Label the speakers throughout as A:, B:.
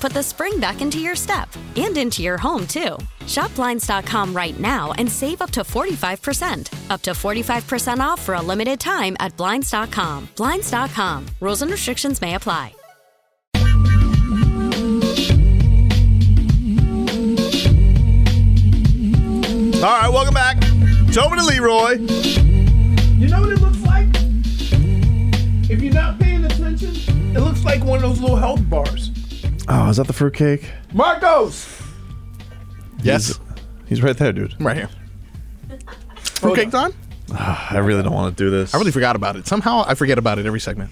A: put the spring back into your step and into your home, too. Shop Blinds.com right now and save up to 45%. Up to 45% off for a limited time at Blinds.com. Blinds.com. Rules and restrictions may apply.
B: All right, welcome back. Tobin and Leroy.
C: You know what it looks like? If you're not paying attention, it looks like one of those little health bars.
D: Oh, is that the fruitcake?
C: Marcos!
B: Yes,
D: He's right there, dude.
B: I'm right here. Fruitcake Don?
D: Ah, I really don't want to do this.
B: I really forgot about it. Somehow I forget about it every segment.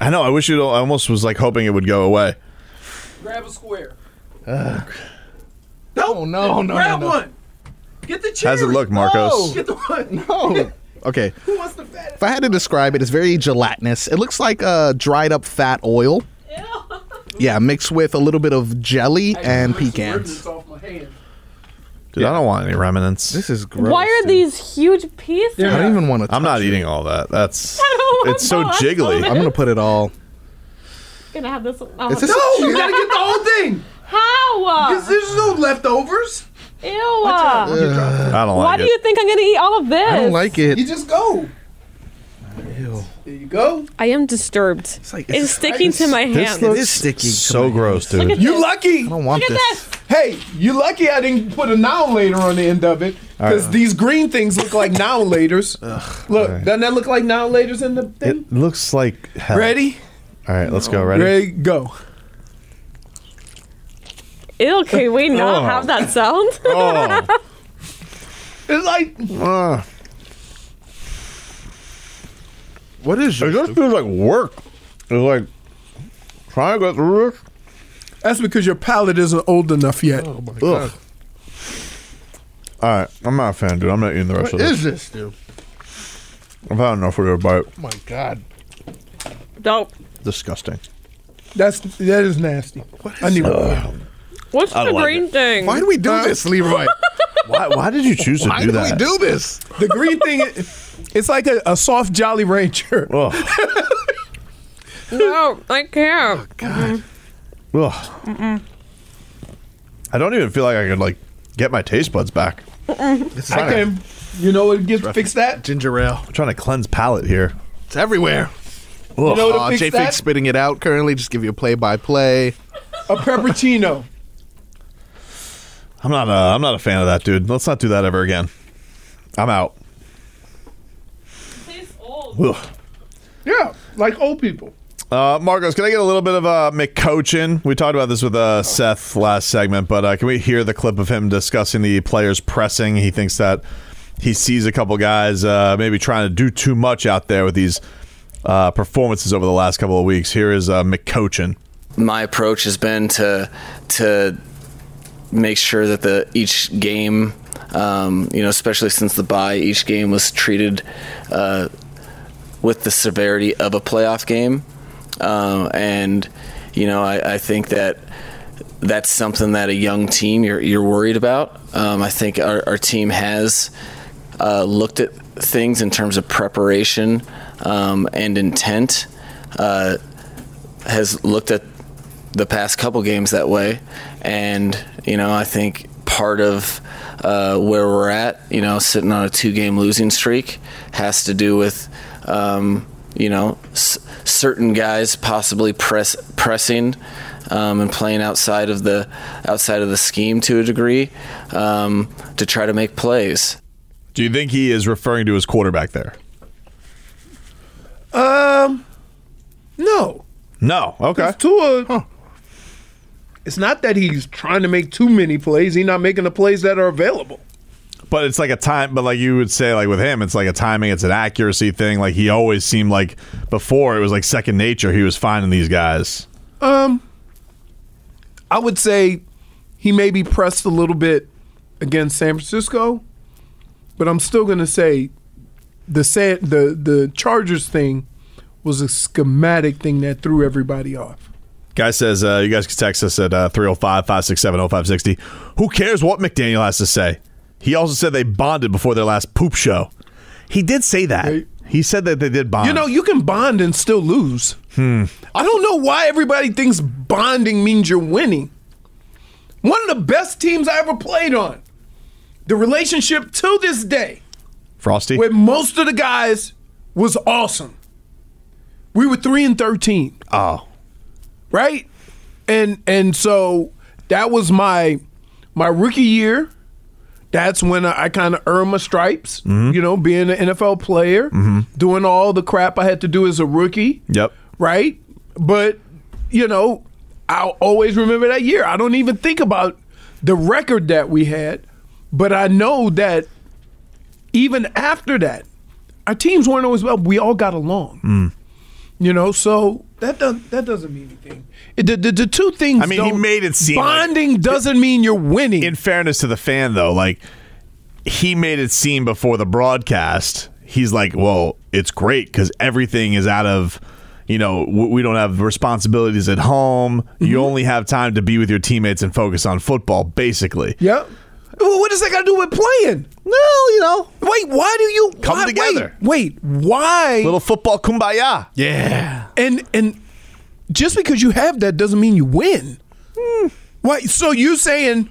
D: I know. I wish you. I almost was like hoping it would go away.
C: Grab a square.
B: No, Oh, no, no,
C: Grab
B: no, no.
C: one! Get the cherry.
D: How's it look, Marcos?
C: Get the one.
B: No. Okay.
C: Who wants the fat?
B: If I had to describe it, it's very gelatinous. It looks like uh, dried up fat oil. Yeah, mixed with a little bit of jelly and pecans.
C: off my hand.
D: Dude, I don't want any remnants.
B: This is gross.
E: Why are these huge pieces?
B: I don't even want to.
D: I'm not eating all that. That's.
E: don't want
D: It's so
E: the last
D: jiggly.
E: of it.
B: I'm gonna put it all.
E: gonna have this. I'll have
B: Is this?
E: this-
C: No, you gotta get the whole thing.
E: How?
C: Cause there's no leftovers.
E: Ew.
D: I don't
E: Why
D: like
E: do
D: it.
E: you think I'm gonna eat all of this?
B: I don't like
C: You
B: it.
C: just go. There you go.
E: I am disturbed. It's,
B: like-
E: sticking to my
D: this
E: hand.
D: looks
B: is sticky to
D: so
B: my
D: gross, dude.
E: Look at
C: You
E: this.
C: lucky.
B: I don't want
E: Look at
B: this.
E: this.
C: Hey, you lucky I didn't put a noun later on the end of it. Because these green things look like noun laters. look, doesn't that look like noun laters in the thing?
D: It looks like hell.
C: Ready?
D: All right, let's go. Ready?
C: Ready, go.
E: Ew, can we not have that sound?
D: Oh.
C: It's like
D: Ah.
B: What is
D: it just feels like work. It's like trying to get through this.
C: that's because your palate isn't old enough yet.
B: Oh,
D: Ugh. All right, I'm not a fan, dude. I'm not eating the rest
B: What
D: of this.
B: is this, dude?
D: I've had enough of your bite.
B: Oh my god.
E: Don't.
D: Disgusting.
C: That's that is nasty. I need
E: What's the green thing?
B: Why do we do
C: Huh?
B: this, Leroy?
D: Why? Why did you choose to
B: Why
D: do
B: do
D: that?
B: we do this?
C: the green thing. It's like a, a soft Jolly Rancher.
D: Ugh.
E: No, I
B: Oh,
E: can't.
D: Ugh. I don't even feel like I could like get my taste buds back.
B: This is
C: I
B: like
C: can, you know what gets fix
B: a
C: that?
B: ginger ale.
D: I'm trying to cleanse palate here.
B: It's everywhere.
D: Ugh. Uh,
C: know- Go to
B: Aw,
C: fix
B: Jay
C: that?
B: Fake's spitting it out currently. Just give you a play by play.
C: A peppercino.
D: I'm not. A, I'm not a fan of that, dude. Let's not do that ever again. I'm out. Ugh.
C: yeah, like old people.
D: Uh, Marcos, can I get a little bit of uh, McCochin? We talked about this with uh, Seth last segment, but uh, can we hear the clip of him discussing the players pressing? He thinks that he sees a couple guys uh, maybe trying to do too much out there with these uh, performances over the last couple of weeks. Here is uh, McCochin.
F: my approach has been to to make sure that the each game, um, you know, especially since the bye, each game was treated uh, with the severity of a playoff game, um, and you know, I, I think that that's something that a young team you're you're worried about. Um, I think our, our team has uh, looked at things in terms of preparation um, and intent. Uh, has looked at the past couple games that way, and you know I think part of uh, where we're at, you know, sitting on a two-game losing streak, has to do with um, you know s- certain guys possibly press pressing. Um, and playing outside of the outside of the scheme to a degree um, to try to make plays.
D: Do you think he is referring to his quarterback there?
C: Um, no,
D: No. Okay.
C: Tua. It's not that he's trying to make too many plays. He's not making the plays that are available.
D: But it's like a time, but like you would say, like with him, it's like a timing, it's an accuracy thing. Like he always seemed like before it was like second nature. He was finding these guys.
C: Um, I would say he may be pressed a little bit against San Francisco, but I'm still going to say the San, the the Chargers thing was a schematic thing that threw everybody off.
D: Guy says, uh, oh you guys can text us at 305 567 0560. oh. Who cares what McDaniel has to say? He also said they bonded before their last poop show. He did say that.
C: Right.
D: He said that they did bond.
C: You know, you can bond and still lose.
G: Hmm.
C: I don't know why everybody thinks bonding means you're winning. One of the best teams I ever played on. The relationship to this day
D: Frosty?
C: with most of the guys was awesome. We were 3 and 13
D: Oh.
C: right? And and so that was my my rookie year. That's when I, kind of earned my stripes, you know, being an NFL player,
D: Mm-hmm.
C: doing all the crap I had to do as a rookie,
D: Yep.
C: right? But you know, I'll always remember that year. I don't even think about the record that we had, but I know that even after that, our teams weren't always well. We all got along. You know, so that doesn't that doesn't mean anything. It, the, the, the two things.
D: I mean, he
C: don't-
D: made it seem like-
C: bonding doesn't mean you're winning.
D: in fairness to the fan though, like he made it seem before the broadcast, he's like, "Well, it's great because everything is out of." You know, w- we don't have responsibilities at home.
C: Mm-hmm.
D: You only have time to be with your teammates and focus on football, basically.
C: yep. Well, what does that got to do with playing?
D: Well, you know,
C: Wait, why do you
D: Come
C: why-
D: together.
C: Wait, wait, why?
D: little football kumbaya.
C: Yeah. And and just because you have that doesn't mean you win. Why? So you saying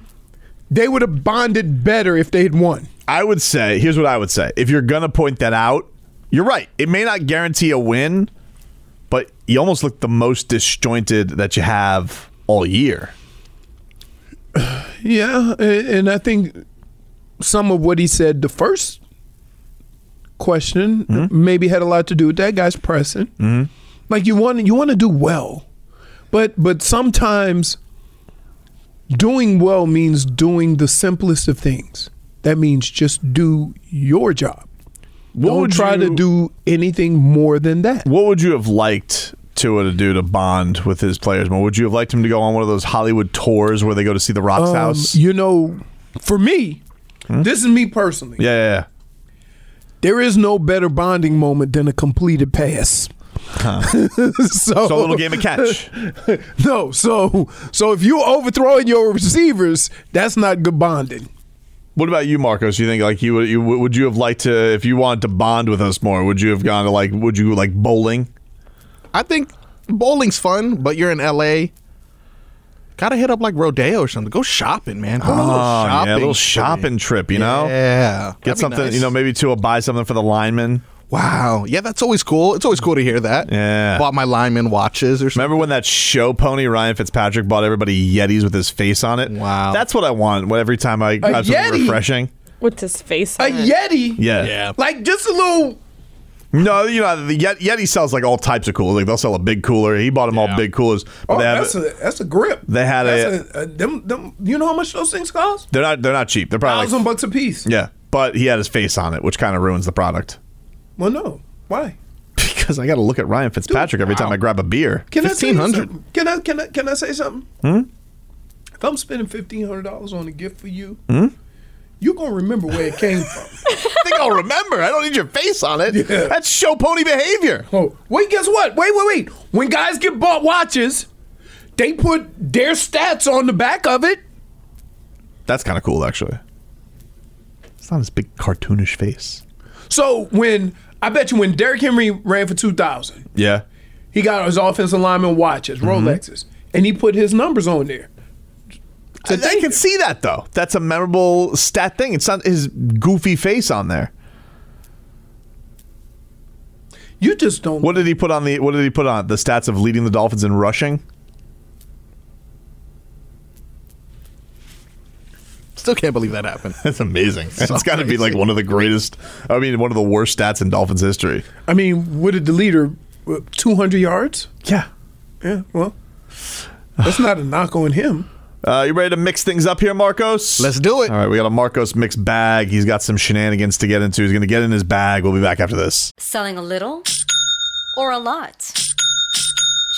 C: they would have bonded better if they had won?
D: I would say, here's what I would say. If you're going to point that out, you're right. It may not guarantee a win, but you almost look the most disjointed that you have all year.
C: Yeah, a- and I think some of what he said the first question
D: Mm-hmm.
C: maybe had a lot to do with that guy's pressing. Mm-hmm. Like you want you want to do well, but but sometimes doing well means doing the simplest of things. That means just do your job. Don't
D: would
C: try to
D: you-
C: do anything more than that.
D: What would you have liked Tua to do to bond with his players more? Would you have liked him to go on one of those Hollywood tours where they go to see the Rock's
C: Um,
D: house? Hmm?
C: You know, for me, this is me personally.
D: yeah, yeah, yeah.
C: There is no better bonding moment than a completed pass. so,
D: So a little game of catch.
C: no, so so if you overthrowing your receivers, that's not good bonding.
D: What about you, Marcos? You think like you would you would you have liked to if you wanted to bond with us more? Would you have gone to like would you like bowling?
B: I think bowling's fun, but you're in LA. Gotta hit up like Rodeo or something. Go shopping, man. Go on a little shopping.
D: Oh, Ah, yeah, a little
B: spree.
D: shopping trip, you know.
B: Yeah. That'd
D: Get
B: be
D: something,
B: nice.
D: you know, maybe to buy something for the lineman.
B: Wow. Yeah, that's always cool. It's always cool to hear that.
D: Yeah.
B: Bought my lineman watches or something.
D: Remember when that show pony Ryan Fitzpatrick bought everybody Yetis with his face on it?
B: Wow.
D: that's what I want. What every time I have something
C: Yeti?
D: refreshing.
E: With his face
C: A
E: on it.
C: Yeti,
D: Yeah,
C: like just a little.
D: No, you know the Yet- Yeti sells like all types of coolers. Like they'll sell a big cooler. He bought them all big coolers. But
C: Oh,
D: they have,
C: that's a that's a grip.
D: They had
C: that's a, a them, them. You know how much those things cost?
D: they're not they're not cheap. They're probably
C: Thousand
D: like,
C: bucks a piece.
D: yeah. But he had his face on it, which kind of ruins the product.
C: Well, no, why?
D: Because I got to look at Ryan Fitzpatrick every time I grab a beer.
C: Can I say
B: 1500.
C: something? Can I can I can I say something? If I'm spending fifteen hundred dollars on a gift for you,
D: Hmm?
C: you're gonna remember where it came from.
D: I think I'll remember. I don't need your face on it.
C: Yeah.
D: That's show pony behavior.
C: oh, wait, guess what? Wait, wait, wait. When guys get bought watches, they put their stats on the back of it.
D: That's kind of cool, actually. It's not his big cartoonish face.
C: So when I bet you when Derrick Henry ran for two thousand,
D: Yeah. Mm-hmm.
C: he got his offensive lineman watches, Rolexes. and he put his numbers on there.
D: I, I can see that though. That's a memorable stat thing. It's not his goofy face on there.
C: You just don't.
D: What did he put on the? What did he put on the stats of leading the Dolphins in rushing?
B: Still can't believe that happened.
D: That's amazing. it's got to be like one of the greatest. I mean, one of the worst stats in Dolphins history.
C: I mean, what did the leader? uh, Two hundred yards?
D: Yeah.
C: Yeah. Well, that's not a knock on him.
D: Uh, you ready to mix things up here, Marcos?
B: Let's do it.
D: All right, we got a Marcos mix bag. He's got some shenanigans to get into. He's going to get in his bag. We'll be back after this.
H: Selling a little or a lot?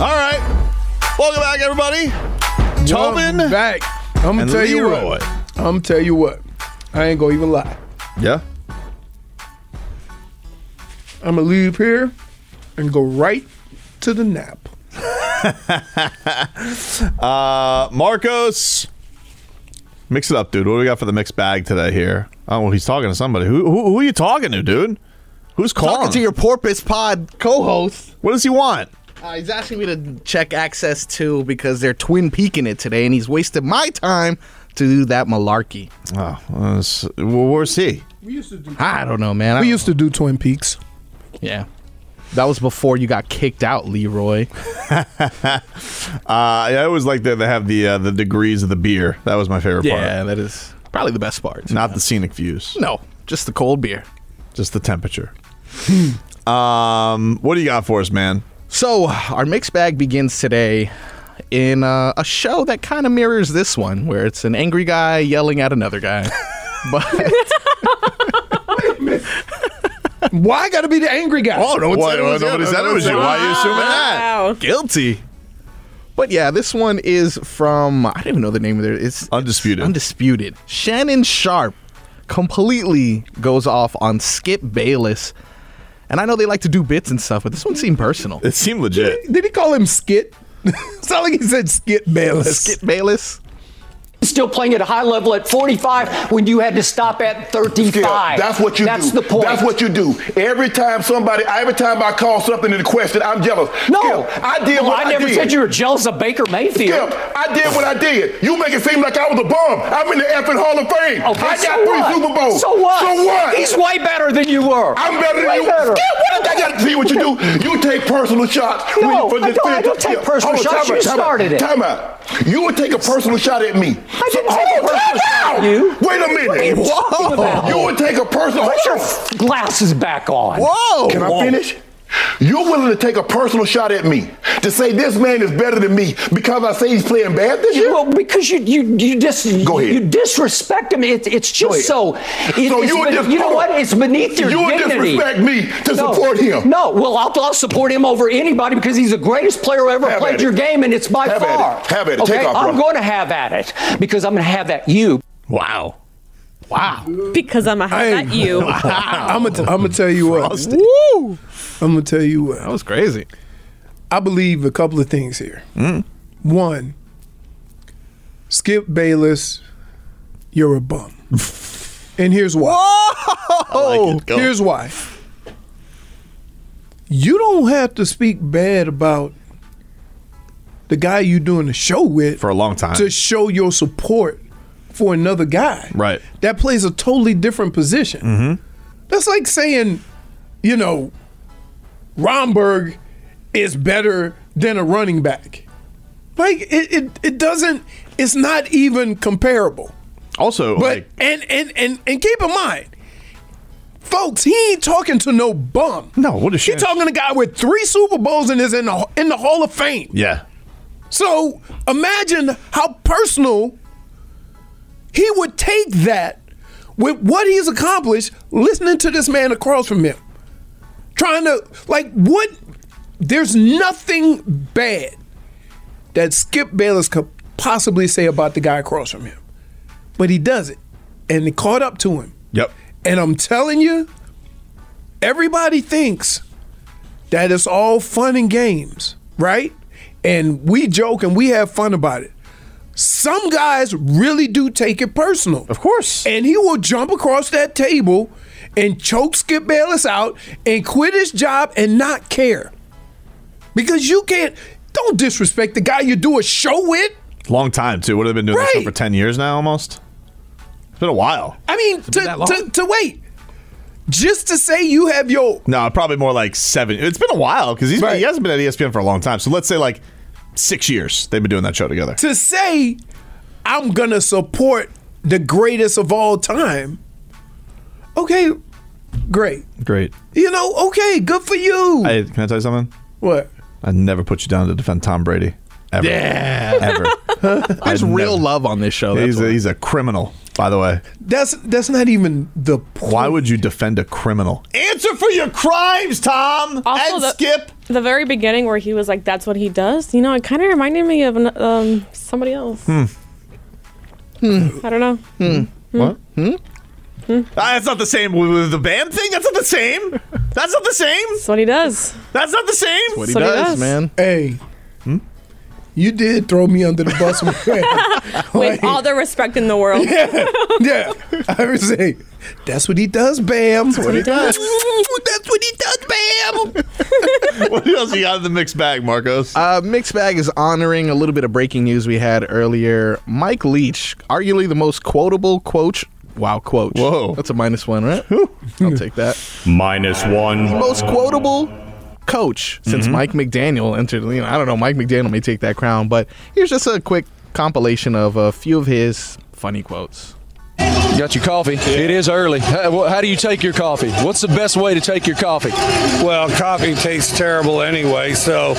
D: All right, welcome back, everybody. Tobin
C: I'm back. I'm gonna
D: and
C: tell you
D: Leroy.
C: what. I'm gonna tell you what. I ain't gonna even lie.
D: Yeah.
C: I'm gonna leave here and go right to the nap.
D: Uh, Marcos, mix it up, dude. What do we got for the mixed bag today here? Oh, well, he's talking to somebody. Who, who, who are you talking to, dude? Who's calling?
B: Talking to your Porpoise Pod co-host.
D: what does he want?
B: Uh, he's asking me to check access two because they're twin peaking it today, and he's wasted my time to do that malarkey.
D: Oh, uh, s- well, where's he?
C: We used to do.
B: I don't know, man. I
C: We
B: don't
C: used to do Twin Peaks.
B: know. yeah. That was before you got kicked out, Leroy.
D: Uh, yeah, I always like that they have the uh, the degrees of the beer. That was my favorite part.
B: that is probably the best part.
D: Not the scenic views,
B: no, just the cold beer.
D: just the temperature. um, what do you got for us, man?
B: So our mixed bag begins today in uh, a show that kind of mirrors this one, where it's an angry guy yelling at another guy. but
C: Why I gotta be the angry guy?
D: Oh, no
B: one
D: what,
B: said it was you.
D: nobody said it was you. Why are you assuming that?
E: Wow.
B: guilty. But yeah, this one is from I don't even know the name of it. It's
D: Undisputed.
B: Undisputed. Shannon Sharp completely goes off on Skip Bayless. And I know they like to do bits and stuff, but this one seemed personal.
D: It seemed legit.
B: Did he call him Skit? it's not like he said Skip Bayless. Skip Bayless.
I: Still playing at a high level at 45 when you had to stop at 35.
G: That's what you
I: That's
G: do.
I: the point.
G: That's what you do. Every time somebody, every time I call something into question, I'm jealous.
I: No,
G: Skip, I did
I: No,
G: what
I: I
G: I
I: never
G: did.
I: said you were jealous of Baker Mayfield.
G: Skip, I did what I did. You make it seem like I was a bum. I'm in the effing Hall of Fame.
I: Okay,
G: I got
I: so
G: three
I: what?
G: Super Bowls.
I: So what?
G: So what?
I: He's way better than you were.
G: I'm better than
I: Way
G: you.
I: better.
G: Skip, what did that got to see what you do? You take personal shots.
I: No,
G: when- for
I: I
G: this
I: don't- I
G: finish.
I: don't take
G: Skip,
I: personal
G: hold on,
I: shots.
G: time
I: You
G: out, time
I: started
G: out,
I: it.
G: Time out. You would take a personal shot at me.
I: I didn't take a
G: Hold on,
I: personal
G: time
I: shot at
G: out.
I: you.
G: Wait a minute.
I: What are you talking about?
G: You would take a personal.
I: Put your
G: Hold on.
I: glasses back on.
B: Whoa!
G: Can I finish? You're willing to take a personal shot at me to say this man is better than me because I say he's playing bad this year?
I: Well, because you you you dis-
G: Go ahead.
I: you disrespect him. It, it's just so. it-
G: So
I: it's
G: you would
I: be-
G: dis-
I: you know what? It's beneath your
G: You would
I: dignity.
G: disrespect me to support him.
I: No, well, I'll, I'll support him over anybody because he's the greatest player who ever
G: Have at
I: played
G: it.
I: your game, and it's by
G: Have at
I: far.
G: it. Have at it.
I: Okay,
G: Take off,
I: I'm
G: bro.
I: going to have at it because I'm going to have at you.
D: Wow.
I: Wow.
E: Because I'm a
C: Hey.
E: at you.
C: I'm gonna I'm gonna tell you what.
B: Woo!
C: I'm gonna tell you what.
B: That was crazy.
C: I believe a couple of things here. One, Skip Bayless, you're a bum. and here's why.
D: Oh,
C: Here's why. You don't have to speak bad about the guy you're doing the show with
D: for a long time.
C: to show your support for another guy.
D: Right.
C: That plays a totally different position. That's like saying, you know, Romberg is better than a running back. Like it, it, it doesn't. It's not even comparable.
D: Also,
C: But
D: like,
C: and, and and and keep in mind, folks, he ain't talking to no bum.
D: no, what a
C: He
D: shit.
C: talking to a guy with three Super Bowls and is in the in the Hall of Fame.
D: yeah.
C: So imagine how personal he would take that with what he's accomplished listening to this man across from him. Trying to, like, what? There's nothing bad that Skip Bayless could possibly say about the guy across from him. But he does it. And it caught up to him.
D: Yep.
C: And I'm telling you, everybody thinks that it's all fun and games, right? And we joke and we have fun about it. Some guys really do take it personal.
D: Of course.
C: And he will jump across that table and choke Skip Bayless out and quit his job and not care. Because you can't, don't disrespect the guy you do a show with.
D: Long time too. What have they been doing this show
C: Right.
D: for ten years now almost? It's been a while.
C: I mean, to,
B: been that long?
C: to, to wait. Just to say you have your
D: No, probably more like seven. It's been a while because he's
C: Right.
D: he hasn't been at E ESPN for a long time. So let's say like six years they've been doing that show together.
C: to say I'm gonna support the greatest of all time. Okay, great.
D: Great.
C: You know, okay, good for you.
D: I, can I tell you something?
C: what?
D: I never put you down to defend Tom Brady. Ever. Yeah. Ever. I've
B: There's real
D: never-
B: love on this show. That's
D: He's a,
B: why.
D: he's a criminal, by the way.
C: That's that's not even the point.
D: Why would you defend a criminal? Answer for your crimes, Tom
E: Also
D: and
E: the-
D: Skip.
E: The very beginning where he was like, "That's what he does," you know, it kind of reminded me of an- um, somebody else. I don't know.
D: What? Hmm. Hmm? Ah, that's not the same with with the band thing. That's not the same. That's not the same.
E: That's what he does.
D: That's not the same.
B: what he
E: so he
B: does,
E: does.
B: man.
C: Hey. Hmm? You did throw me under the bus with
E: With all the respect in the world.
C: Yeah. I was saying, that's what he does, Bam. That's what he does. that's what he does, Bam.
D: what else you got in the mixed bag, Marcos?
B: Uh, Mixed Bag is honoring a little bit of breaking news we had earlier. Mike Leach, arguably the most quotable quote. Wow, quote.
D: Whoa.
B: That's a minus one, right? I'll take that.
J: Minus one.
B: Most quotable coach since
D: Mm-hmm.
B: Mike McDaniel entered. You know, I don't know. Mike McDaniel may take that crown, but here's just a quick compilation of a few of his funny quotes.
K: Got your coffee? It is early. How, wha- how do you take your coffee? What's the best way to take your coffee?
L: Well, coffee tastes terrible anyway, so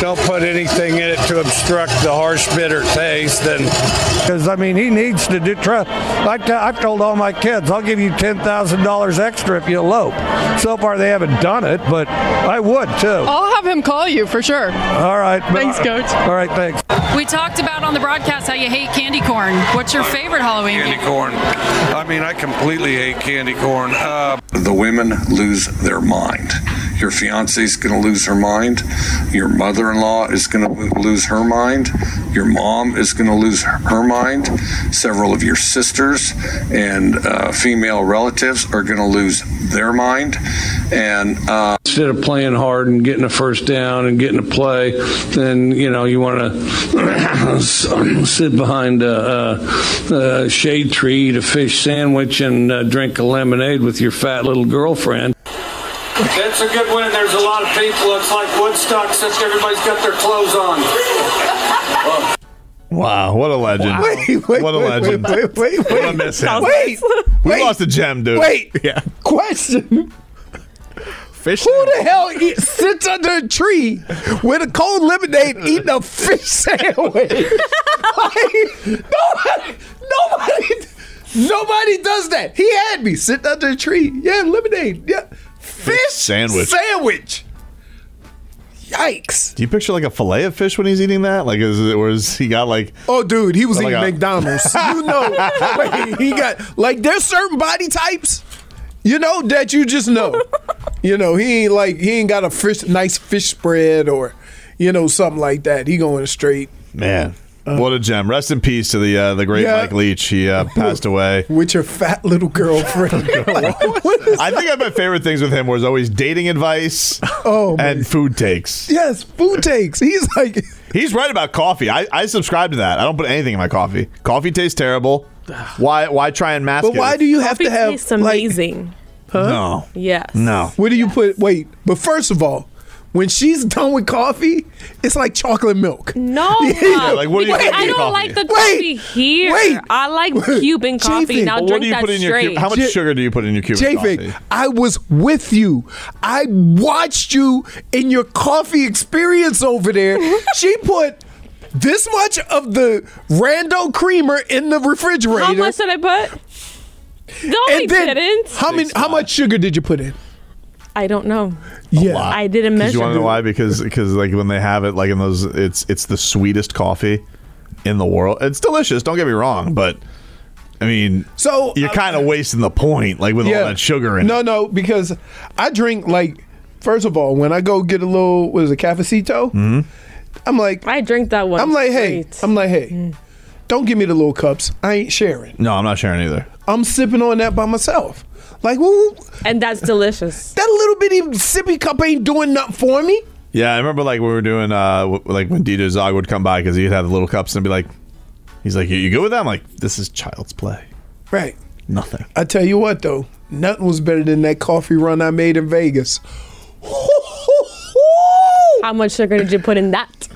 L: don't put anything in it to obstruct the harsh, bitter taste. And
M: Because I mean, he needs to do. Try, I, t- I told all my kids, I'll give you ten thousand dollars extra if you elope. So far, they haven't done it, but I would too.
N: I'll have him call you Oh, for sure.
M: All right. but-
N: Thanks, Coach.
M: All right, thanks.
N: We talked about on the broadcast how you hate candy corn. What's your favorite Halloween?
L: candy corn. I mean, I completely hate candy corn. Uh, the women lose their mind. Your fiance's going to lose her mind. Your mother in law is going to lose her mind. Your mom is going to lose her, her mind. Several of your sisters and uh, female relatives are going to lose their mind. And uh,
O: instead of playing hard and getting a first down and getting a play, then you know you want to sit behind a, a, a shade tree, eat a fish sandwich, and uh, drink a lemonade with your fat little girlfriend.
P: It's a good win. There's a lot of people. It's like Woodstock since everybody's got their clothes on.
D: Wow, what a legend!
B: Wait, wait,
D: what a
B: wait,
D: legend!
B: wait, wait, wait,
D: what a
B: wait.
D: mishap.
B: Wait,
D: we
B: wait.
D: lost a gem, dude.
B: Wait.
D: yeah.
B: Question.
D: Fish.
B: Who the hell eat, sits under a tree with a cold lemonade eating a fish sandwich? like, nobody, nobody, nobody does that. He had me sitting under a tree. Yeah, lemonade. Yeah, fish,
D: sandwich.
B: Sandwich. Yikes.
D: Do you picture like a fillet of fish when he's eating that? Like, is it was he got like?
B: Oh, dude, he was
D: Like
B: eating
D: a-
B: McDonald's. you know, Wait, he got like there's certain body types, you know, that you just know.
C: You know, he ain't like he ain't got a fish, nice fish spread or, you know, something like that. He going straight.
D: Man, what a gem! Rest in peace to the uh, the great
C: Uh, Yeah.
D: Mike Leach. He uh, passed away.
C: with your fat little girlfriend.
D: I think I- my favorite things with him was always dating advice oh, and food takes.
C: yes, food takes. He's like,
D: He's right about coffee. I, I subscribe to that. I don't put anything in my coffee. Coffee tastes terrible. Why why try and mask
C: but
D: it?
C: why do you have to
E: Coffee
C: have
E: tastes amazing.
D: No.
E: Yes.
D: No.
C: What do you put? Wait, but first of all, when she's done with coffee, it's like chocolate milk.
E: No,
C: Yeah,
D: like, what do you
E: because
D: put in
E: I
D: your
E: don't
D: coffee?
E: like the coffee here.
C: wait,
E: I like
C: wait,
E: Cuban coffee.
C: Chafee.
E: Now
D: Well,
E: drink
D: what do you
E: that
D: put in your
E: straight.
D: cube? How much
C: Ju-
D: sugar do you put in your cube?
C: Jafik, I was with you. I watched you in your coffee experience over there. she put this much of the rando creamer in the refrigerator.
E: How much did I put? No, I
C: and then
E: didn't.
C: how many? How much sugar did you put in?
E: I don't know.
C: Yeah,
E: I didn't
D: Because
E: measure.
D: you want to know why? Because because like when they have it like in those, it's it's the sweetest coffee in the world. It's delicious. Don't get me wrong, but I mean,
C: so uh,
D: you're kind of wasting the point like with all that sugar in.
C: No,
D: it.
C: no, because I drink like first of all when I go get a little what is it cafecito. I'm like
E: I drink that one. Mm.
C: I'm like hey, I'm like hey, don't give me the little cups. I ain't sharing.
D: No, I'm not sharing either.
C: I'm sipping on that by myself. Like, woo,
E: and that's delicious.
C: That little bitty sippy cup ain't doing nothing for me.
D: Yeah, I remember like we were doing uh w- like when DJ Zog would come by because he'd have the little cups and be like, he's like, you, you good with that? I'm like, this is child's play.
C: Right.
D: Nothing.
C: I tell you what though, nothing was better than that coffee run I made in Vegas.
E: How much sugar did you put in that?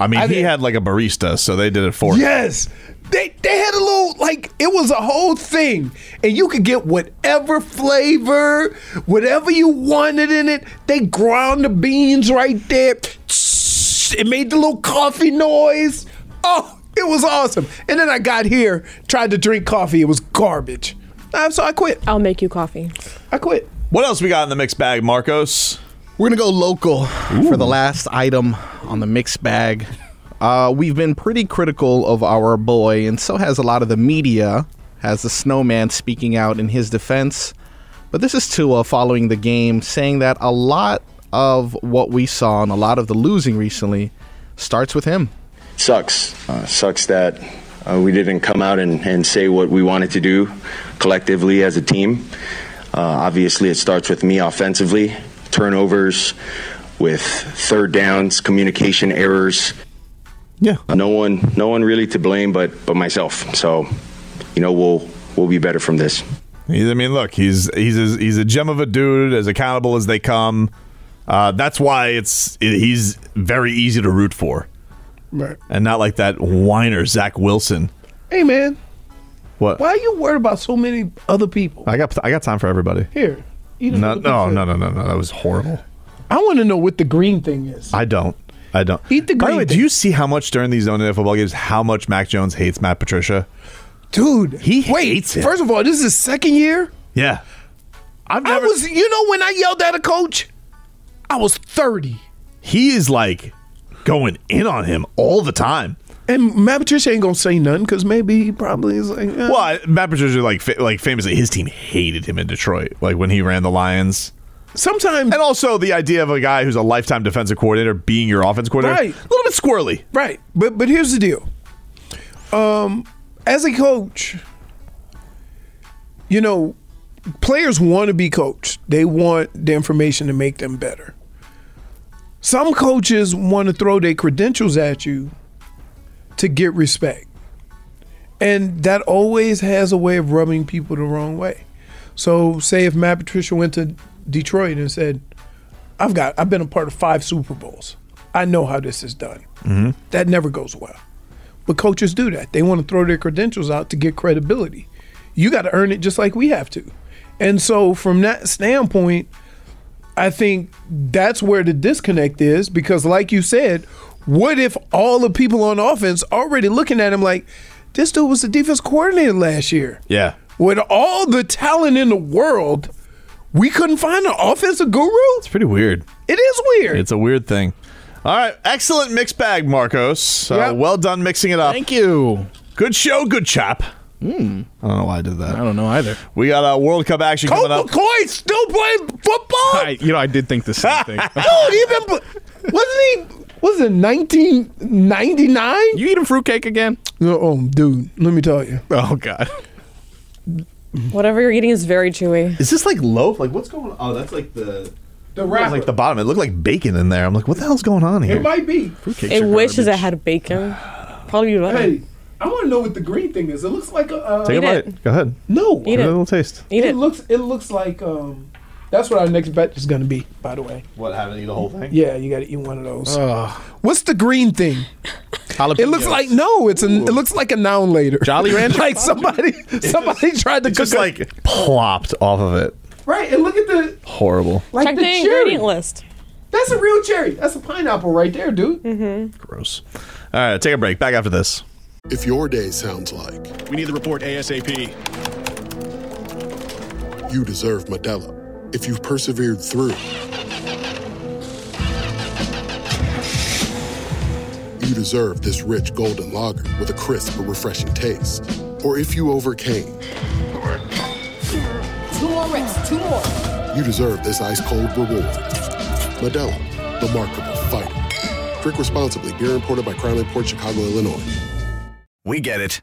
D: I mean, he had like a barista, so they did it for him.
C: Yes. They they had a little like it was a whole thing. And you could get whatever flavor, whatever you wanted in it. They ground the beans right there. It made the little coffee noise. Oh, it was awesome. And then I got here, tried to drink coffee. It was garbage. Uh, so I quit.
E: I'll make you coffee.
C: I quit.
D: What else we got in the mixed bag, Marcos?
B: We're gonna go local for the last item on the mix bag. Uh, we've been pretty critical of our boy, and so has a lot of the media. Has the snowman speaking out in his defense, but this is Tua following the game, saying that a lot of what we saw and a lot of the losing recently starts with him.
Q: sucks. Uh, sucks that uh, we didn't come out and, and say what we wanted to do collectively as a team. Uh, obviously, it starts with me offensively, turnovers, with third downs, communication errors.
D: Yeah.
Q: No one, no one really to blame, but but myself. So, you know, we'll we'll be better from this.
D: He's, I mean, look, he's he's a, he's a gem of a dude, as accountable as they come. Uh, that's why it's it, he's very easy to root for,
C: Right.
D: and not like that whiner Zach Wilson.
C: Hey man.
D: What?
C: Why are you worried about so many other people?
D: I got I got time for everybody.
C: Here, eat
D: No,
C: another
D: no,
C: pizza.
D: no, no, no, no. That was horrible.
C: I want to know what the green thing is.
D: I don't. I don't. Eat the By the way, do you see how much during these zone football games how much Mac Jones hates Matt Patricia?
C: Dude,
D: he hates it.
C: First of all, this is the second year.
D: yeah. I've
C: I was, you know, when I yelled at a coach, I was thirty,
D: He is like going in on him all the time.
C: and Matt Patricia ain't gonna say nothing because maybe he probably is like, eh.
D: Well, I- Matt Patricia like fa- like famously his team hated him in Detroit like when he ran the Lions.
C: Sometimes
D: and also the idea of a guy who's a lifetime defensive coordinator being your offense coordinator.
C: Right.
D: A little bit squirrely.
C: Right. But but here's the deal. Um as a coach, you know, players want to be coached. They want the information to make them better. Some coaches want to throw their credentials at you to get respect. And that always has a way of rubbing people the wrong way. So say if Matt Patricia went to Detroit and said, I've got I've been a part of five Super Bowls. I know how this is done.
P: Mm-hmm.
C: That never goes well. But coaches do that. They want to throw their credentials out to get credibility. You got to earn it just like we have to. And so, from that standpoint, I think that's where the disconnect is because, like you said, what if all the people on offense already looking at him like, this dude was the defense coordinator last year?
D: Yeah.
C: With all the talent in the world, we couldn't find an offensive guru?
D: It's pretty weird.
C: It is weird.
D: It's a weird thing. All right, excellent mix bag, Marcos. Uh, Well done mixing it up. Thank
B: you.
D: Good show, good chap.
C: Hmm.
D: I don't know why I did that. I don't know either. We got a uh, World Cup action coming up.
C: McCoy still playing football?
B: you know, I did think the same thing.
C: Dude, he been pl- wasn't he? Was it nineteen ninety nine?
B: You eating fruitcake again?
C: No, oh, dude. Let me tell you.
B: Oh God.
E: Whatever you're eating is very chewy.
D: Is this like loaf? Like what's going on? Oh, that's like the
C: the
D: It was like the bottom. It looked like bacon in there. I'm like, what the hell's going on here?
C: might be.
D: Fruitcakes
E: It
D: are
E: wishes it
D: garbage.
E: had bacon. Probably would like it.
C: I want to know what the green thing is. It looks like a. Uh,
D: Take a bite. Go ahead.
C: No.
D: Give it. a little taste.
E: Eat
C: it. looks. It looks like. Um, that's what our next bet is going to be. By the way.
D: What happened? Eat the whole thing?
C: Yeah, you got to eat one of those. What's the green thing?
B: Jalapenos.
C: It looks like no. It's an. It looks like a noun later.
B: Jolly Rancher?
C: like somebody. Somebody tried to
D: just
C: cook a-
D: like plopped off of it.
C: right. And look at the
D: Horrible.
C: Like
E: Check
C: the
E: the,
C: cherry.
E: ingredient list.
C: That's a real cherry. That's a pineapple right there, dude. Mm-hmm.
D: Gross. All right, take a break. Back after this.
F: If your day sounds like we need the report ASAP, you deserve Medella. If you've persevered through, you deserve this rich golden lager with a crisp but refreshing taste. Or if you overcame,
P: Two more reps, two more.
F: you deserve this ice cold reward. Medella, the mark of a fighter. Drink responsibly. Beer imported by Crown Port Chicago, Illinois.
R: We get it.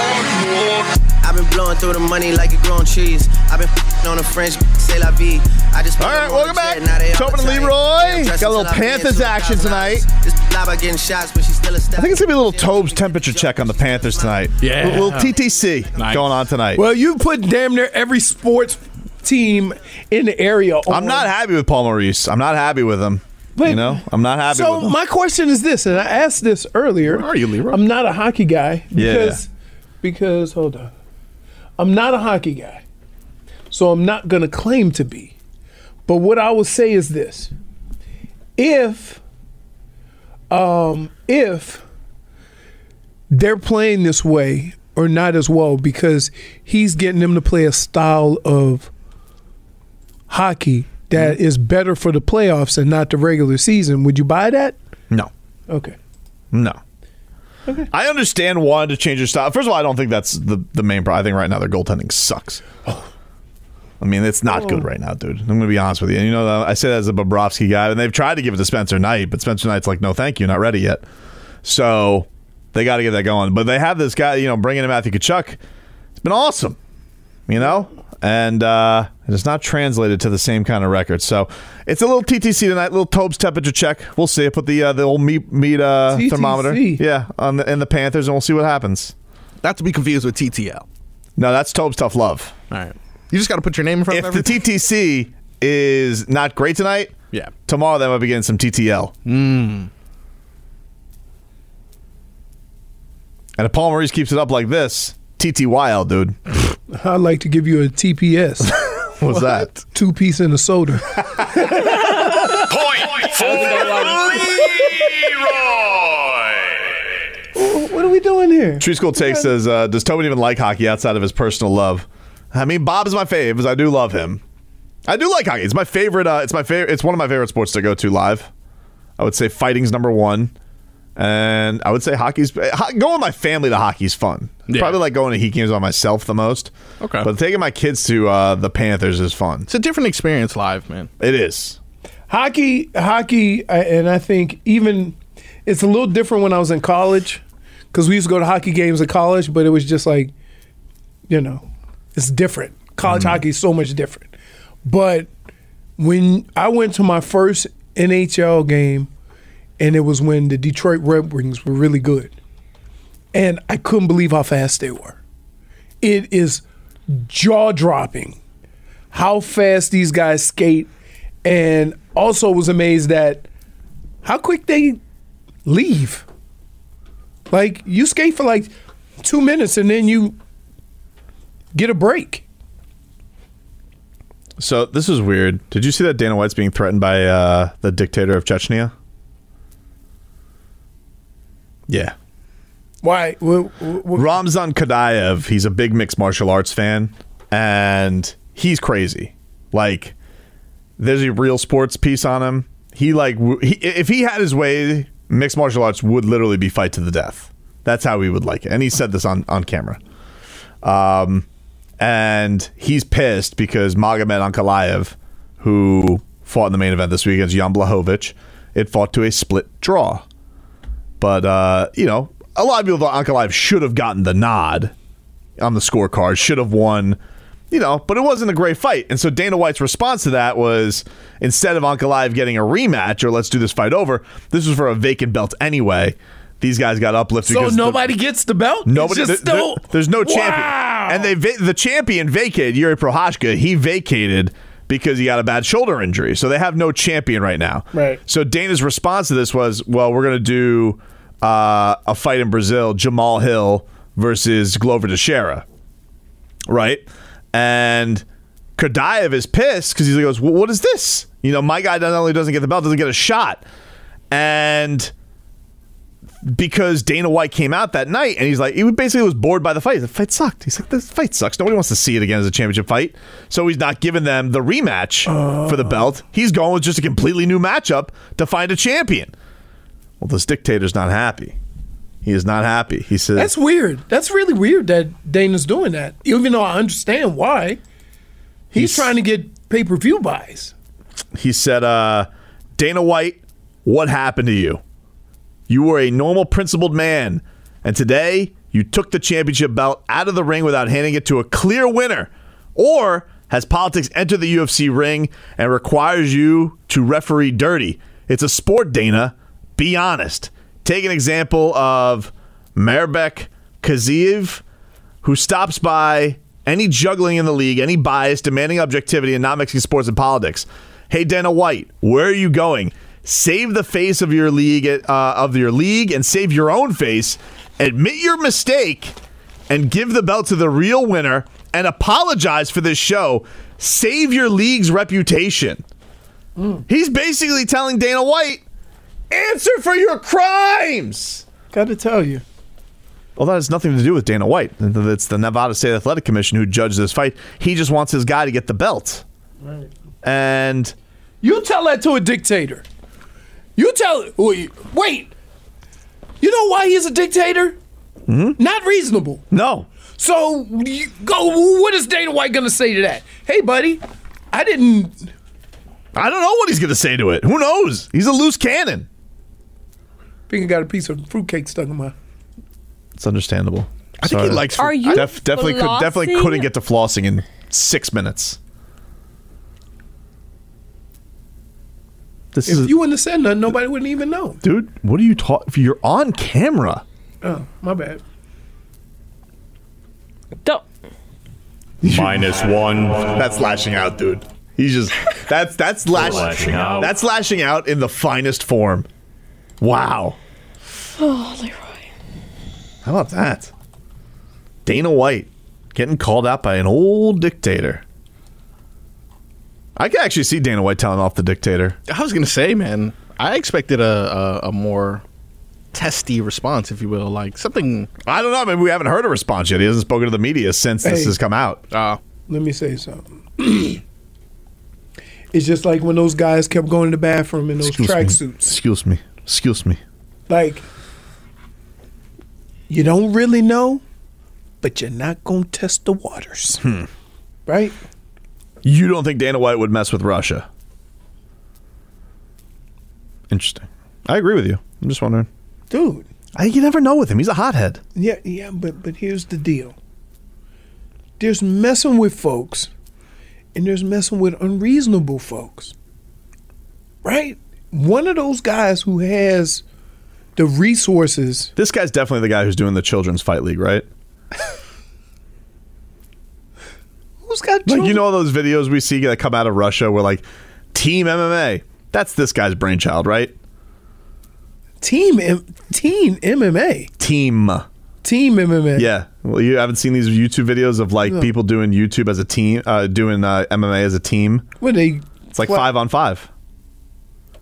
S: I've been blowing through the money like it grown cheese. I've been on the French say la vie. I just
D: All right, welcome back. Tobin and Leroy. Got a little Panthers action tonight.
S: This lie by getting shots, but she's still a
D: I think it's gonna be a little Tobes temperature check on the Panthers tonight.
C: Yeah.
D: a little TTC going on tonight.
C: Well, you put damn near every sports team in the area.
D: I'm not happy with Paul Maurice. I'm not happy with him. you know, I'm not happy.
C: So
D: with him.
C: my question is this, and I asked this earlier. Where are you, Leroy? I'm not a hockey guy
D: Yeah.
C: because because hold on, I'm not a hockey guy, so I'm not going to claim to be. But what I will say is this: if um, if they're playing this way or not as well because he's getting them to play a style of hockey that is better for the playoffs and not the regular season. Would you buy that?
D: No.
C: Okay.
D: No. I understand wanting to change your style. First of all, I don't think that's the, the main problem. I think right now their goaltending sucks. I mean, it's not good right now, dude. I'm going to be honest with you. And you know, uh, I say that as a Bobrovsky guy, and they've tried to give it to Spencer Knight, but Spencer Knight's like, no, thank you, not ready yet. So They got to get that going. But they have this guy, you know, bringing in Matthew Kachuk. It's been awesome, you know, and uh, it's not translated to the same kind of record. So it's a little TTC tonight, little Tobes temperature check. We'll see. I put the uh, the old meat meat uh,
B: TTC.
D: thermometer, yeah, on the, in the Panthers, and we'll see what happens.
B: Not to be confused with TTL.
D: No, that's Tobes tough love.
B: All right. You just got to put your name in front
D: if
B: of everything.
D: the TTC is not great tonight,
B: Yeah.
D: tomorrow they might be getting some TTL.
B: Mm.
D: And if Paul Maurice keeps it up like this, TTYL, dude.
C: I'd like to give you a TPS.
D: What's that?
C: Two piece and a soda.
J: Point for Leroy.
C: what are we doing here?
D: Tree School Take says, uh, does Tobin even like hockey outside of his personal love? I mean, Bob's my fave because I do love him. I do like hockey. It's my favorite. Uh, it's my favorite. It's one of my favorite sports to go to live. I would say fighting's number one, and I would say hockey's eh, ho- going with my family to hockey's fun.
B: Yeah.
D: Probably like going to heat games by myself the most.
B: Okay.
D: but taking my kids to uh, the Panthers is fun.
B: It's a different experience live, man.
D: It is.
C: hockey hockey I- and i think even it's a little different when i was in college because we used to go to hockey games at college but it was just like you know it's different college hockey is so much different but when i went to my first nhl game and it was when the detroit red wings were really good and i couldn't believe how fast they were it is jaw-dropping how fast these guys skate and also was amazed at how quick they leave like you skate for like two minutes and then you get a break
D: So this is weird. Did you see that Dana White's being threatened by uh, the dictator of Chechnya? Yeah.
C: why wh- wh-
D: Ramzan Kadaev, he's a big mixed martial arts fan, and he's crazy. Like, there's a real sports piece on him. He like w- he, if he had his way, mixed martial arts would literally be fight to the death. That's how he would like it, and he said this on on camera. Um, and he's pissed because Magomed Ankalaev, who fought in the main event this week against Jan Blachowicz, it fought to a split draw. But uh, you know, a lot of people thought Uncle Live should have gotten the nod on the scorecard, should have won. You know, but it wasn't a great fight. And so Dana White's response to that was instead of Uncle Live getting a rematch or let's do this fight over, this was for a vacant belt anyway. These guys got uplifted.
C: so
D: because the-
C: nobody gets the belt
D: Nobody.
C: It's just
D: there-
C: no-
D: there- there's no champion,
C: Wow.
D: and they va- the champion vacated Yuri Prohashka. He vacated because he got a bad shoulder injury, so they have no champion right now.
C: Right.
D: So Dana's response to this was, "Well, we're gonna do uh, a fight in Brazil, Jamal Hill versus Glover Teixeira, right?" And Kadaev is pissed because he goes, well, "What is this? You know, my guy not only doesn't get the belt, doesn't get a shot." And because Dana White came out that night and he's like, he basically was bored by the fight. The fight sucked. He's like, this fight sucks. Nobody wants to see it again as a championship fight. So he's not giving them the rematch for the belt. He's going with just a completely new matchup to find a champion. Well, this dictator's not happy. He is not happy. He says,
C: that's weird that's really weird that dana's doing that even though i understand why he's, trying to get pay-per-view buys
D: he said, uh, Dana White, what happened to you? You were a normal, principled man, and today you took the championship belt out of the ring without handing it to a clear winner. Or has politics entered the UFC ring and requires you to referee dirty? It's a sport, Dana. Be honest. Take an example of Merbek Kaziev, who stops by any juggling in the league, any bias, demanding objectivity, and not mixing sports and politics. Hey, Dana White, where are you going? Save the face of your league, uh, of your league, and save your own face. Admit your mistake, and give the belt to the real winner. And apologize for this show. Save your league's reputation. He's basically telling Dana White, answer for your crimes.
C: gotta tell you
D: Well, that has nothing to do with Dana White. It's the Nevada State Athletic Commission who judged this fight. He just wants his guy to get the belt.
C: Right.
D: And
C: You tell that to a dictator. You tell wait. wait. You know why he's a dictator? Not reasonable.
D: Mm-hmm. No.
C: So you go. What is Dana White gonna say to that? Hey, buddy, I didn't.
D: I don't know what he's going to say to it. Who knows? He's a loose cannon.
C: Think I got a piece of fruitcake stuck in my.
D: It's understandable.
B: I think he likes- Are you
D: Def- definitely could, definitely
B: flossing?
D: couldn't get to flossing in six minutes. This
C: if
D: is
C: you wouldn't have said nothing, nobody wouldn't even know.
D: dude. What are you talking? You're on camera.
C: Oh, my bad.
D: Minus one. That's lashing out, dude. He's just that's that's lash,
T: Lashing out.
D: That's lashing out in the finest form. Wow.
E: Oh, Leroy.
D: How about that? Dana White getting called out by an old dictator. I can actually see Dana White telling off the dictator.
B: I was gonna say, man, I expected a, a, a more testy response, if you will, like something.
D: I don't know. Maybe we haven't heard a response yet. He hasn't spoken to the media since this
C: Hey.
D: has come out.
C: Let me say something. it's just like when those guys kept going to the bathroom in those
D: me.
C: tracksuits.
D: Excuse me. Excuse me.
C: Like, you don't really know, but you're not going to test the waters.
D: Hmm.
C: Right?
D: You don't think Dana White would mess with Russia? Interesting. I agree with you. I'm just wondering.
C: Dude.
D: I, you never know with him. He's a hothead.
C: Yeah, yeah, but but here's the deal. There's messing with folks, and there's messing with unreasonable folks. Right? One of those guys who has the resources.
D: This guy's definitely the guy who's doing the children's fight league, right?
C: Who's got
D: like you know all those videos we see that come out of Russia where like team MMA. That's this guy's brainchild, right?
C: Team M- Team MMA.
D: Team.
C: Team MMA.
D: Yeah. Well, you haven't seen these YouTube videos of like
C: No.
D: people doing YouTube as a team, uh, doing uh, MMA as a team.
C: When they
D: It's like five on five.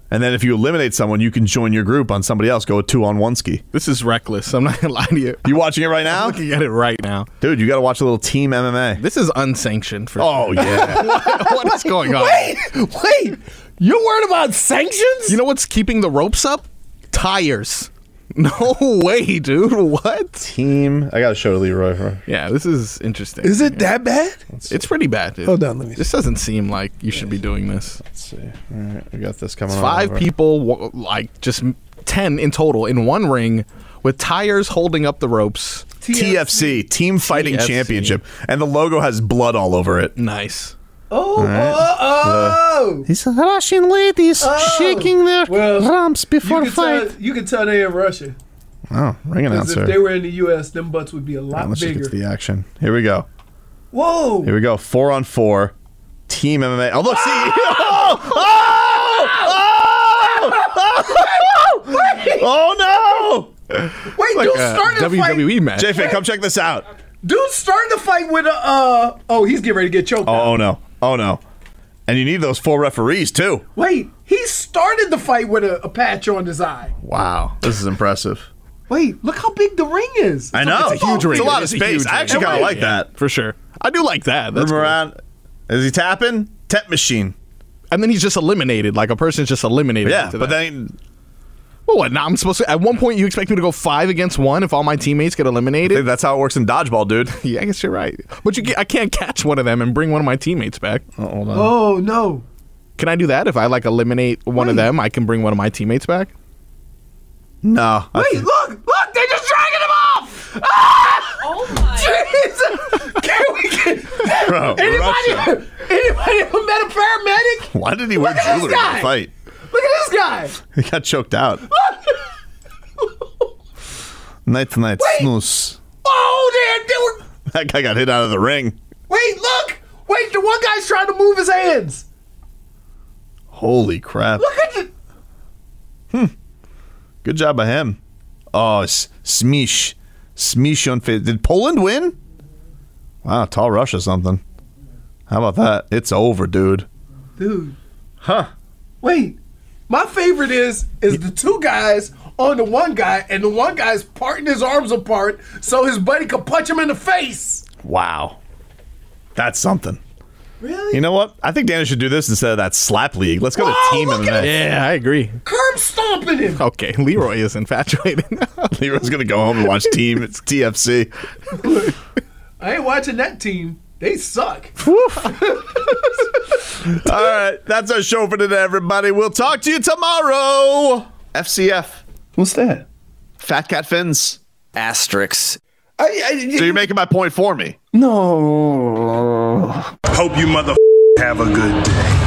D: And then if you eliminate someone, you can join your group on somebody else. Go a two on one ski.
B: This is reckless. I'm not gonna lie to you.
D: You watching it right now?
B: looking at it right now,
D: dude. You got to watch a little team MMA.
B: This is unsanctioned. For
D: Oh, yeah.
B: what is going on?
C: Wait, wait. You're worried about sanctions?
B: You know what's keeping the ropes up? Tires. No way, dude. What
D: team? I got to show Leroy.
B: Yeah, this is interesting.
C: Is it that bad?
B: It's pretty bad, dude.
C: Hold on, let me
B: This doesn't seem like you should be doing this. Let's
D: see. All right, we got this coming. on
B: It's five
D: over.
B: people, wa- like just m- ten in total, in one ring, with tires holding up the ropes.
D: TFC, Team Fighting
B: TFC.
D: Championship, and the logo has blood all over it.
B: Nice.
C: Oh,
D: oh,
C: oh!
D: Uh, These Russian ladies shaking their
C: rumps
D: before
C: Oh! you can tell- you can tell they in Russia.
D: Oh, ring
C: 'Cause
D: announcer.
C: if they were in the U.S., them butts would be a lot
D: Let's just get
C: bigger.
D: to the action. Here we go.
C: Whoa!
D: Here we go. Four on four. Team MMA. Oh, look, see.
C: Ah!
D: Oh! Oh! no!
C: Wait, dude
D: uh,
C: started a fight.
D: E JFA, come check this out.
C: Dude started the fight with a. Uh, oh, he's getting ready to get choked.
D: Oh, oh no. Oh no. And you need those four referees too.
C: Wait, he started the fight with a, a patch on his eye.
D: Wow. This is impressive.
C: Wait, look how big the ring is.
D: I know. It's a lot of space. I actually kind of like that.
B: for sure. I do like that.
D: Move around. Is he tapping? Tap machine.
B: And then he's just eliminated. Like a person's just eliminated.
D: Yeah,
B: after
D: but
B: that.
D: then
B: Well, what? Now I'm supposed to. At one point, you expect me to go five against one if all my teammates get eliminated.
D: that's how it works in dodgeball, dude.
B: yeah, I guess you're right. But you, ca- I can't catch one of them and bring one of my teammates back.
D: Oh, hold on.
C: Oh no!
B: Can I do that? If I like eliminate one of them, I can bring one of my teammates back.
D: No.
C: Wait, look, look, they're just dragging him off.
E: Oh my!
C: Jesus! Can we get
D: Bro,
C: anybody?
D: Russia.
C: Anybody ever met a paramedic?
D: Why did he wear
C: Look at this
D: jewelry in
C: guy.
D: the fight?
C: Look at this guy.
D: He got choked out. night night snooze.
C: Oh, they they were.
D: That guy got hit out of the ring.
C: Wait, look! Wait, the one guy's trying to move his hands.
D: Holy crap.
C: Look at the.
D: Good job by him. Oh, S- Smish. Smish on fa- Did Poland win? Wow, tall Russia something. How about that? It's over, dude.
C: dude. Huh? Wait, my favorite is is the two guys on the one guy, and the one guy's parting his arms apart so his buddy could punch him in the face.
D: Wow. That's something.
C: Really?
D: You know what? I think Dana should do this instead of that slap league. Let's go
C: Whoa,
D: to team
C: look at
D: MMA.
C: it.
B: Yeah, I agree.
C: Curb stomping him.
B: Okay, Leroy is infatuated.
D: Leroy's gonna go home and watch team. It's TFC.
C: I ain't watching that team. They suck.
D: All right, that's our show for today, everybody. We'll talk to you tomorrow. FCF.
C: What's that?
D: Fat Cat Fins.
B: asterisks.
D: so you're making my point for me.
B: No.
G: Hope you mother have a good day.